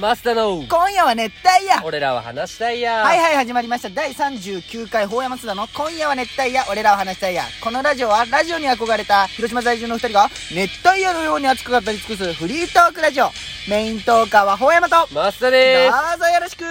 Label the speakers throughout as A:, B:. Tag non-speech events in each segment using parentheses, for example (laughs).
A: マスターの
B: 今夜は熱帯夜
A: 俺らは話したいや
B: はいはい始まりました第39回法山津田の「今夜は熱帯夜俺らを話したいや」このラジオはラジオに憧れた広島在住の2人が熱帯夜のように熱く語り尽くすフリートークラジオメイントーカーは法山とどうぞ
A: マスターです
B: よろしく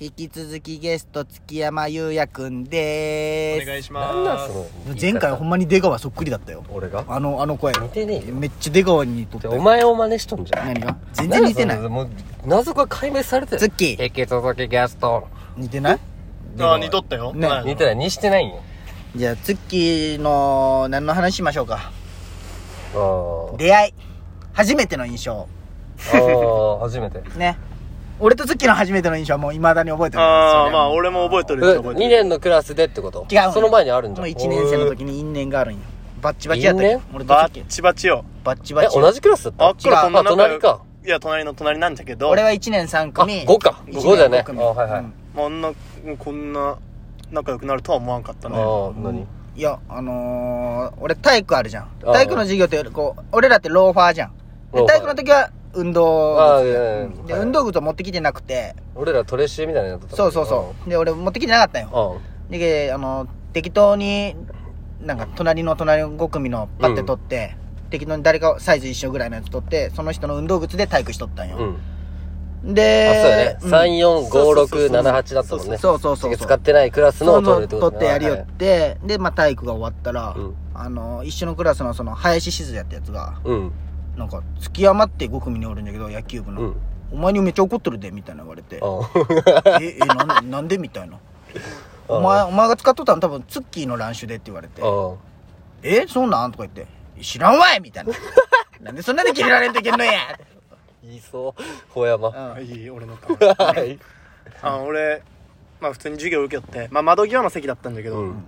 B: 引き続きゲスト月山裕也くんで
C: お願いします
A: なんなんその
B: 前回ほんまに出川そっくりだったよ
A: 俺が
B: あのあの声
A: 似てねえよ
B: めっちゃ出川にとって
A: お前を真似しとんじゃん
B: 何が全然似てない
A: んだよそのもう謎が解明されて
B: ツ
A: る
B: ッキー
A: 引き続きゲスト
B: 似てない
C: あー似とったよ、
B: ね
C: はい
A: 似てない似してないんよ
B: じゃあツッキーの何の話しましょうか
A: あー
B: 出会い初めての印象
A: あー初めて
B: ね俺とツッキーの初めての印象はもういまだに覚えてる
C: ああまあ俺も覚えとるよ覚
A: 2
C: えとる
A: 年のクラスでってこと
B: 違うの
A: その前にあるんじ
B: も
A: ゃ
B: うん1年生の時に因縁があるんよバッチバチやった
A: 因
B: よ
A: 縁
B: 俺とツッ
C: バ
B: キー
C: ッチバチよ
B: バッチ
A: え
B: バチ
A: 同じクラスだった
C: あっこらこんな
A: あ
C: 仲
A: 隣
C: 良
A: か
C: いや隣の隣なんだけど
B: 俺は1年3
A: あ
B: 組
A: 5か
B: 一年
A: 5だね
B: 五
A: あ
B: 組
A: はい
B: う
A: はい
B: ん
C: もうあんなもうこんな仲良くなるとは思わんかった
A: あ
C: ね
A: ー何
B: いやあのー、俺体育あるじゃん
A: ああ
B: 体育の授業ってこう俺らってローファーじゃんで
A: ローファー
B: 体育の時は運動
A: ああ
B: 靴
A: いやいやいや
B: で
A: はい
B: 運動靴を持ってきてなくて
A: 俺らトレッシーみたいなのやつだった
B: そうそうそうで俺持ってきてなかったんよ
A: うん
B: で、あの、適当に、なんか、隣の隣の5組のパッて取って、適当に誰かサイズ一緒ぐらいのやつ取って、その人の運動靴で体育しとったん
A: う
B: よ。
A: んあ、そう
B: で
A: やね。、3、4、5、6、7、8だ
B: だ
A: ったもんね。
B: そうそうそうそう。
A: 使ってないクラスのを取るってこと
B: 取ってやりよって、で、まあ体育が終わったら
A: うん、
B: あの、一緒のクラスのその、林静也ってやつが、
A: うん。
B: なんか、月山って5組におるんだけど、野球部
A: う
B: の
A: ん。。
B: お前にめっちゃ怒ってるで、みたいな言われて。
A: (laughs) あ
B: え、え、なんなんでみたいな。お前、お前が使っとったの多分、ツッキーの乱手でって言われて。
A: あ。
B: えそんなんとか言って、知らんわいみ
A: (laughs)
B: たいな。なんでそんなに切られんといけんのや、
A: 言いそう。ほや
B: う
A: ま。
B: ん、
C: いい俺の顔
A: はい。
C: あ俺まあ普通に授業受けよって、まあ、窓際の席だったんだけど、
A: うん。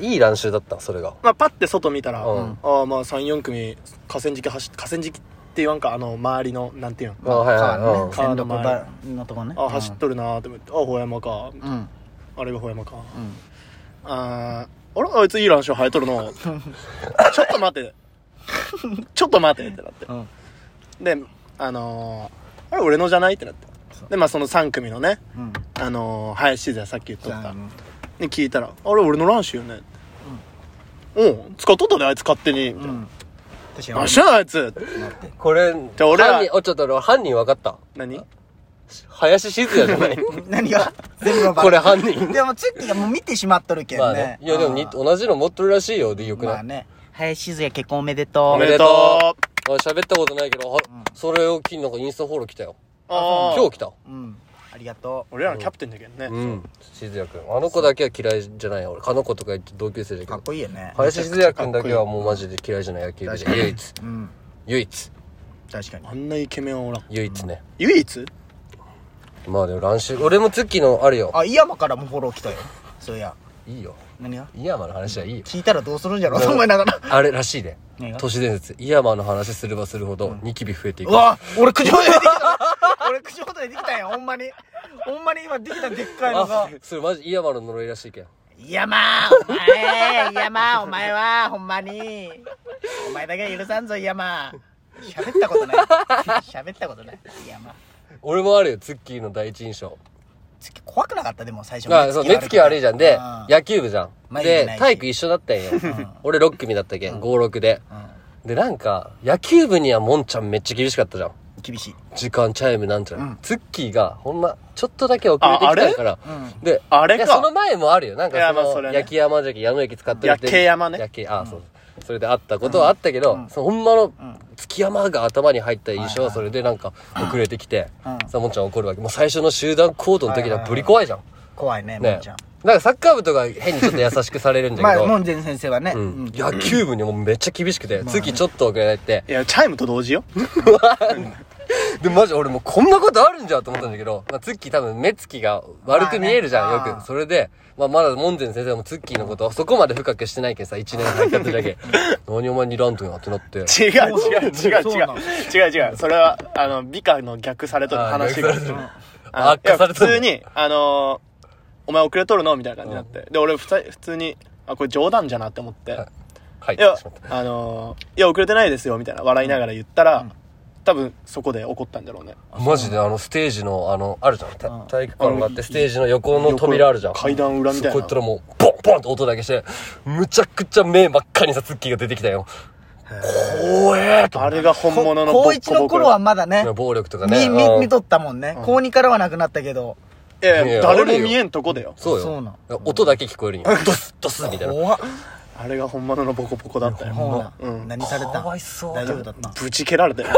A: いい乱習だった、それが。
C: まあ、パッて外見たら、
A: うん
C: ああまあ34組河川敷走って河川敷って言わんかあの周りのなんていう
A: あはいは
B: 川のね、川の前のとこね。
C: のあ走っとるなーって思ってあほ山か
B: うん。うん。
C: あれがほ山か
B: うん。
C: あーあれあいついいランション生えとるのちょっと待ってちょっと待ってってなって
B: うん。
C: であのー、あれ俺のじゃないってなってでまあその3組のね
B: うん。
C: あのー、林でさっき言っと
B: じ
C: っ
B: ゃあ
C: たに聞いたら「あれ俺のランシュよね」うん、おう使っとったであいつ勝手に」
B: う
C: みたいな「
B: ん。私
C: 何しゃあいつ」
A: い。これ、
C: じゃあ俺ら
A: 犯人、お、ちょっと俺犯人分かった。
C: 何
A: 林静也
B: (laughs)
A: じゃない。
B: 何
A: (laughs)
B: が全部がバ
A: これ
B: レ
A: 犯人。
B: でも、ツッキーがもう見てしまっとるけんね。
A: まあね。いやでもに、
B: うん
A: 同じの持っとるらしいよ。で、よく
B: ま
A: な
B: あ
A: い
B: ね。林静也結婚おめで
C: お
B: と
C: め
B: う。
C: でとう
A: あ喋ったことないけど、はそれを機になんかインスタフォロー来たよ。
C: あ
A: 今日来た。
B: うん。ありがと
C: 俺らのキャプテンだけどね、
A: うん、静也くん。あの子だけは嫌いじゃないよ俺、かの子とか言って同級生だけ
B: う。かっ
A: ど。
B: こいいよね。
A: 林静也くんだけはもうマジで嫌いじゃない野球部
B: 確か
A: で。
B: に
A: 唯一。
B: うん。
A: 唯一。
B: 確かに
C: あ。んなイケメンはおらん
A: 唯一ね。
C: 唯一
A: まあでも乱視、俺もツッキーのあるよ。
B: あ、井山からもフォロー来たよ。そういや。
A: いいよ。
B: 何が
A: イヤマの話はいいよ。
B: 聞いたらどうするんじゃろうと思いながら。
A: あれらしいで
B: 何が。
A: 都市伝説。イヤマの話すればするほどニキビ増えていうく。
B: わ俺口元にできた (laughs) 俺口元にできたんやほんまにほんまに今できたでっかいのが
A: あ、それマジイヤマの呪いらしいけん。
B: いやまあお前いやまあお前はほんまにお前だけは許さんぞいやまあ喋ったことない喋ったことないいやまあ
A: 俺もあるよ、ツッキーの第一印象。
B: 月怖くなかったでも最初
A: あ、そう、目つき悪いじゃん。で、
B: や
A: 野球部じゃ
B: まあ
A: ん。
B: いいね
A: で
B: ない、し
A: 体育一緒だったんよ。俺6組だったけん、5、6で。で、なんか、野球部にはもんちゃんめっちゃ厳しかったじゃん。
B: 厳しい
A: 時間チャイムなんちゃら、
B: うん
A: ツッキーがほんまちょっとだけ遅れてきたから
B: ああれうん
A: で
C: あれか
A: いやその前もあるよなん
C: いや
A: か
C: まあ
A: そ
C: それ
A: の
C: ね
A: 焼き山じゃけ矢野駅使ってるって
C: 焼け山ね
A: 焼けあそうそれであったことはあったけど、そのほんまの月山が頭に入った印象はそれでなんか遅れてきて、
B: うん
A: さもんちゃん怒るわけもう最初の集団行動の時にはぶり怖いじゃん、
B: 怖いねも
A: ね
B: んちゃん
A: なんかサッカー部とか変にちょっと優しくされるんだ
B: ま
A: け
B: あ
A: ど、
B: 門前先生はね、
A: う
B: うんん、
A: 野球部にもめっちゃ厳しくて、月ちょっと遅れて
C: いやチャイムと同時よ
A: で、マジ俺もうこんなことあるんじゃんと思ったんだけど、まあ、ツッキー多分目つきが悪く見えるじゃん、
B: まあね
A: よく。それで、まあ、まだ門前先生もツッキーのこと、そこまで深くしてないけどさ、1年経った
B: (laughs)
A: だけ。何お前にランとなってなって。
C: 違う違う違う違う
B: そうなの
C: 違う違うそれはあの美化の逆されとる話が
A: あー逆されとる
C: あの
A: 悪化されとる
C: いや普通にあのーお前遅れとるのみたいな感じになってで俺ふた普通にあこれ冗談じゃなって思って
A: 入っ
C: い
A: て
C: や
A: しまった。、
C: あのーいや、遅れてないですよ、みたいな、笑いながら言ったら、多分、そこで怒ったんだろうね。
A: マジであのステージのあのあるじゃんた
B: うん
A: 体育館があっ
C: あの
A: てステージの横の扉あるじゃん
C: 横階段裏みたいな
A: そこ行ったらもうボンボンって音だけしてむちゃくちゃ目真っ赤にさツッキーが出てきたよ怖えーと
C: あれが本物の
B: こ高
C: ボッ
B: 一
C: コボ
B: の
C: コ
B: 頃はまだね
A: 暴力とかね
B: 見見
A: うん
B: 見とったもんね高2からはなくなったけど
C: いやい
A: いや
C: や、誰も見えんとこだよ。
A: そう
B: そうな
A: よ音だけ聞こえるんよドスドスみたいな
B: 怖っ
C: あれが本物のボコボコだったよ。
B: ほうな
C: うん
B: 何されたん
A: かわいそう
B: 大丈夫だったん
C: ぶち蹴ら
A: (laughs)
C: れたよ。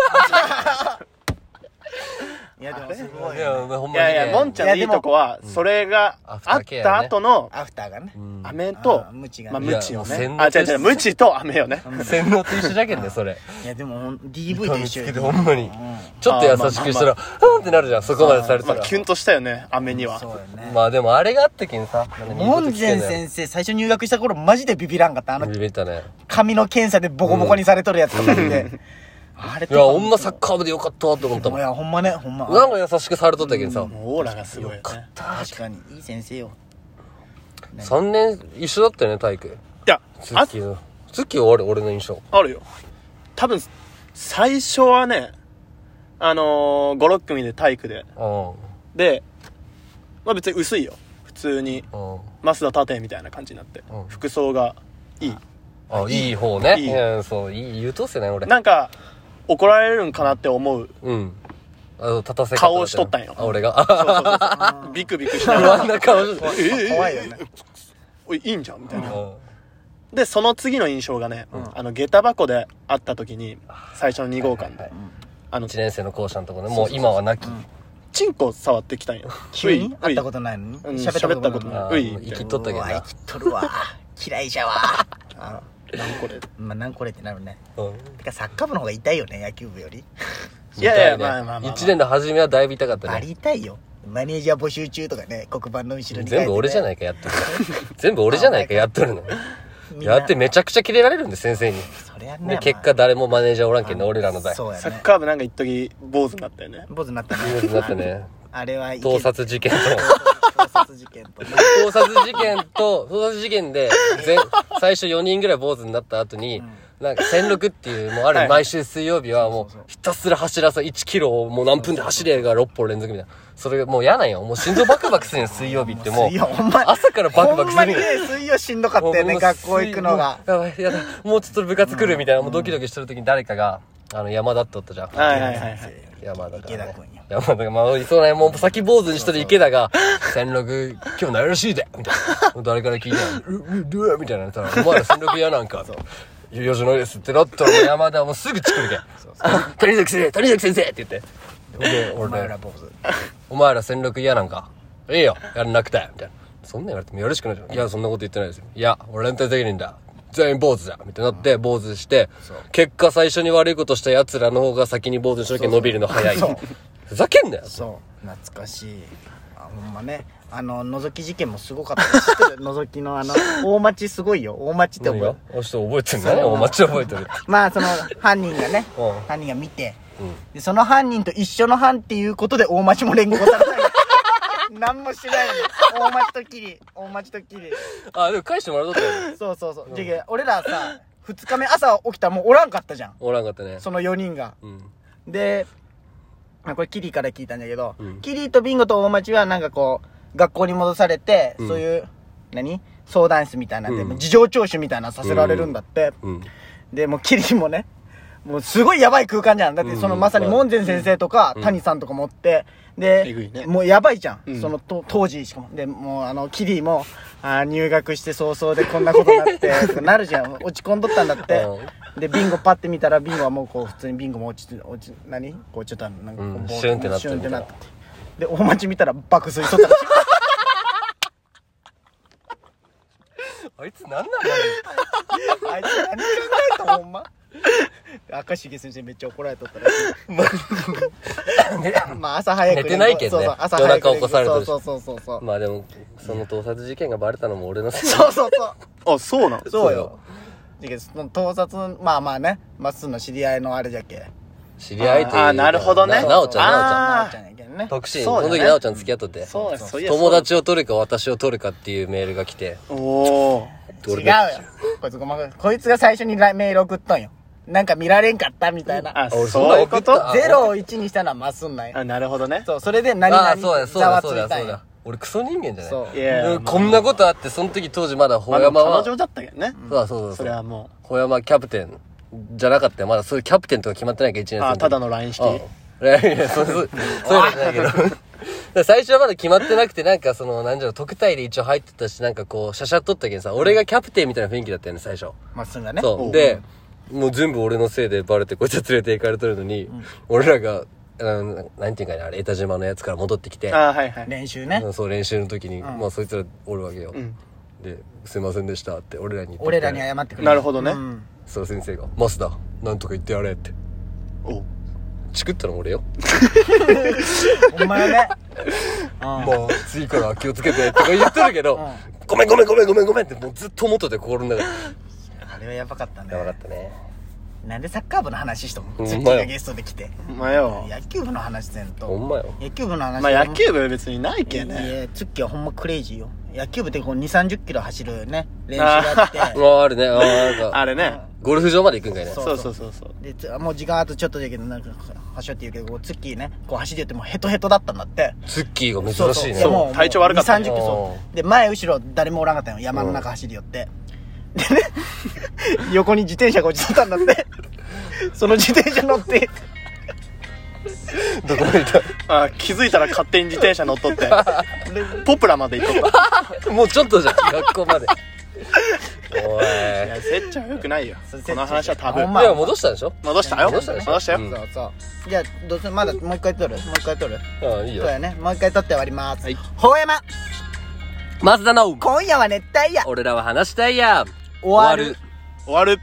B: いやでもすごい
A: いやほん
C: い
A: まにね
C: やいや、もんちゃんのいいとこは、それが
A: アフタ
C: あ
A: ー
C: っ
A: ケア
C: た
A: ね
C: 後の、
B: アフターがね
C: 飴と
B: あ、ームチが
C: まあ、
A: いや
C: ムチを
A: もう洗
C: ね。
A: 脳
C: あ、違う
A: です
C: 違う、ムチと飴よね。
A: 洗脳と一緒じゃけんねそれ
B: いやでもほん DV と
A: 見
B: 一
A: つ
B: 緒
A: けて
B: よ
A: ほんまにちょっと優しくしたらうんってなるじゃんそこまでされ
C: ま
A: た
C: あ、
A: ら
C: キュンとしたよね、飴には
B: そう。よね
A: まあでもあれがあったけんさなんかいいこ
B: 門
A: と聞けん
B: 前
A: だよ
B: 先生最初入学した頃マジでビビらんかったあの
A: ビビったね
B: 髪の検査でボコボコにされとるやつとかであれ
A: い
B: と
A: や
B: か
A: ほんまサッカー部でよかったと思ったもん
B: いやほんまねほんま
A: なんか優しくされとったけどさ、
C: もうオーラがすごいよね。
B: 確かにいい先生よ
A: 3年一緒だったよね体育
C: いや、
A: ツ
C: あ
A: ッキーのツッキーは俺俺の印象
C: あるよ。多分、最初はね、あのー、5、6組で体育で。
A: う
C: で、まあ別に薄いよ。普通
A: ん
C: に、
A: うん
C: 増田盾みたいな感じになって
A: うん。
C: 服装がいい。
A: あいい方ね
C: いい
A: うんそういい言うとっすよね俺
C: なんか、怒られるんかなって思う。
A: うんあの立たせ方
C: 顔しとったんよ
A: あ俺が (laughs) あ
C: そうそうそうビクビクしな
A: (laughs) 不
C: がら
A: 安な顔しとっ
C: ええ
B: 怖いよね
C: おいいいんじゃんみたい
A: た
C: な。
A: うん
C: で、その次の印象がね、あの、下駄箱で会った時に、最初の2号館で、あの、
A: 1年生の校舎のとこねもう今はなき
C: チンコ触ってきたんよ。
B: 急に
C: うい
B: 会ったことないのに
C: うん
B: 喋ったこと
C: 喋ったことない
B: な
A: あ
C: うい
A: ー生きとったけど
B: い
A: な
B: きっとるわ嫌いじゃ
A: (laughs)
B: わあ
C: 何これ。
B: まあなんこれってなるね
A: うん
B: てかサッカー部の方が痛いよね野球部より
C: いやいや
A: 痛ね
C: まあまあまあ
A: 1年の初めはだいぶ痛かっ
B: あ
A: たね
B: り痛いよマネージャー募集中とかね黒板の後ろに
A: 全部俺じゃないいかやっとる全部俺じゃないかやっとる
C: (laughs)
A: のやってめちゃくちゃキレられるんで先生に
B: それはね
A: で結果誰もマネージャーおらんけんね俺らの代
B: そうや
C: サッ
B: ね
C: カー部なんか一時坊主になったよね。
B: 坊主になったね
A: (laughs) ニュースになってね
B: (laughs) あれはいけ
A: 盗撮
B: (laughs)
A: 事件と
B: 盗撮事件
A: (laughs)
B: とね
A: 盗撮事件と盗撮事件で全最初4人ぐらい坊主になった後に、なんか千六っていうもうあ
C: はい
A: る毎週水曜日はもうひたすら走らさ1キロをもう何分で走れが6本連続みたいなそれがもう嫌なんよもう心臓バクバクするんよ水曜日っ
B: (laughs)
A: てもう
B: 水曜ほんま
A: 朝からバクバク
B: ほん
A: す
B: ま
A: る
B: に
A: ん
B: ね
A: よ
B: 水曜しんどかったよね
A: もう
B: 学校行くのが
A: もうやばいやだもうちょっと部活来るみたいなもうドキドキしてる時に誰かがあの山田っておったじゃん
C: はいはいはいはい。
A: 山田が、ね、
B: 池田君よ
A: 山田がまあいそうねもう先坊主にしとる池田が「戦六今日ないらしいで」みたいなもう誰から聞いたら「ううどうや」みたいなの言ったら「お前ら戦六嫌なんか」と「よじのです」ってなったらもう山田はもうすぐチクるけん「 (laughs) 谷崎先生谷崎先生」って言ってで
B: お
A: 俺
B: 前
A: ね
B: ら坊主
A: お前ら戦力嫌なんかいいよ、やらなくて、みたいな。そんなん言われてもよろしくないじゃん。いや、そんなこと言ってないですよ。いや、俺連帯責任だ。全員坊主だみたいになって、坊主して、結果最初に悪いことした奴らの方が先に坊主にしとけ伸びるの早い
B: そう。
A: ふざけんなよ。
B: そう懐かしいあほんまねあの覗き事件もすごかった知ってる (laughs) 覗きのあの大町すごいよ大町って
A: 何
B: 覚え
A: があ、ちょっと覚えてんだね。お待ち覚えてる。
B: まあその犯人がね
A: (laughs) うん
B: 犯人が見てでその犯人と一緒の犯っていうことで大町も連行さ
A: (laughs)
B: れたんよ何もしないの大町とキリ大町とキリ
A: あ、でも返してもらうとったよね。
B: そうそうそうじゃけ俺らさ2日目朝起きたらもうおらんかったじゃん
A: おらんかったね。
B: その4人が
A: うん。
B: で、まあ、これキリから聞いたんだけど、
A: うん
B: キリとビンゴと大町はなんかこう学校に戻されて、
A: うん
B: そういう何相談室みたいなんで、
A: うん
B: 事情聴取みたいなのさせられるんだって、
A: うん。
B: でもうキリもねもうすごいやばい空間じゃんだってその
A: うん
B: まさに門前先生とか、
A: うん
B: 谷さんとか持ってで、
C: えぐいね
B: もうやばいじゃん、
C: うん
B: そのと当時しかもでもうあのキリもあー入学して早々でこんなことになってとかなるじゃん落ち込んどったんだってでビンゴパッて見たらビンゴはもうこう普通にビンゴも落ちて落ち何こうちょっとあのなんかこう
A: うん
B: ぼ
A: シュンってなって
B: シュンってなってで大町見たら爆睡しとったらしい
A: あいつなんなんだ
B: あいつ何考えたほんま赤重先生めっちゃ怒られとったらしいまあ朝早く
A: 寝てないけんね
B: そうそう朝早く
A: 夜中起こされてるし
B: そうそうそうそう
A: (laughs) まあでも、その盗撮事件がバレたのも俺のせい
B: そうそうそう
C: あ、そうなん
B: そう
A: そう
B: よ
A: よ
B: だけどその盗撮のまあまあねまっすーの知り合いのあれじゃっけ
A: 知り合いというか
C: あーなるほどね
A: ななおちゃん、なおちゃん。
B: な
C: あー
B: おちゃんやけんね
A: タクシー、
C: そう
A: そ
C: だ
A: の
C: ね
A: 時なおちゃん付き合っとって。
C: そうだそういや
A: 友達を取るか私を取るかっていうメールが来て、
C: おー。
A: って俺
B: 違う
A: ね
B: よ。こいつごまかこいつが最初にラメール送っとんよ。なんか見られんかったみたいな。
C: あ、
A: 俺
C: そういうこ
A: そんな
C: と
A: あ
B: ゼロを1にしたのはまっすんなんよ。
C: あ、なるほどね。
B: そう、それで何
A: あ
B: 々
A: あ、そうだ、そう
B: ざわ
A: だ、
B: つ
A: そうだ、
B: いた
A: そうん
B: よ
A: だ。。俺クソ人間じゃない
B: そう
C: いや
A: うんこんなことあって、その時当時まだ
C: ま
A: ほ
C: あ、
A: や
C: で
A: ま
C: も
A: は、
C: 彼女だったけどね。
A: そうだそうだ
C: そ
A: そう
C: れ
A: だ
C: はも
A: 小山キャプテンじゃなかったよまだそういうキャプテンとか決まってないから1年
C: う、
A: 生
C: あ、
A: 時
C: ただの LINE し
A: あ
C: て。
A: いやいやそうそうそういうのじゃないけど (laughs) だから最初はまだ決まってなくてなんかその何じゃろ特待で一応入ってたしなんかこうシャシャっとったけんさ俺がキャプテンみたいな雰囲気だったよね最初
B: まっすんがね。
A: そううんでもう全部俺のせいでバレてこいつは連れて行かれとるのに俺らがあのなんていうんかなあれ江田島のやつから戻ってきて
C: あ、はいはい。
B: 練習ね。
A: そう練習の時にまあそいつらおるわけよで「すいませんでした」って俺らに言っとっ
B: 俺
A: て
B: らに謝ってくれ。
C: なるほどね
B: うん
A: そう先生が「マスだなんとか言ってやれ」って
C: お
A: チクったのも俺よ
B: お前ね。うん
A: もう次から気をつけてとか言ってるけど、ごめんごめんごめんごめんごめんってもうずっと思ってて心の中で。
B: あれはやばかったね
A: やばかったね。
B: なんでサッカー部の話しとん
A: ほんま
B: ツ
A: や
B: ッキーがゲストで来て
C: まあよ。
B: 野球部の話せんと
A: ほんまよ。
B: 野球部の話
C: まあ野球部は別にないけど
B: い
C: ね。
B: やツッキーはほんまクレイジーよ野球部ってこう2 3 0キロ走るね練習があって
A: ああ、あるね。ああ、なん
C: あ
A: か、
C: れね。
A: ゴルフ場まで行くんかいね。
B: そう
C: そうそうそうそう。
B: でつもう時間あとちょっとだけどなんか走って言うけどこうツッキーねこう走って言ってもうヘトヘトだったんだって
A: ツッキーが珍しいね。
C: そう
B: も
C: 体調悪かった
B: 2 3 0
C: ね
B: キロそうで前後ろ誰もおらんかったよ山の中走り寄って、でね (laughs) 横に自転車が落ちとったんだってその自転車乗って
A: (laughs) どこまで行っ
C: あ、気づいたら勝手に自転車乗っとって。ポプラまで行っとった。
A: た (laughs) もうちょ
B: (laughs)
A: っとじゃん、学校まで。お
C: い
A: い。
C: や、せっちゃんは良くないよ
B: そう。
C: この話は多分
B: ほん。ま
A: でも戻したでしょ
C: 戻したよ。
A: 戻
C: 戻
A: し
C: した
A: ね
C: たよ
A: う。ん
B: そうそうじゃあどうするまだもう一回撮るもう一回撮る
A: ああ、いい
B: そ
A: よ
B: う。やねもう一回撮って終わります
A: はい
B: ほうやま
A: マスダの
B: 今夜は熱帯夜
A: 俺らは話したいや
B: 終わる
C: 終わる。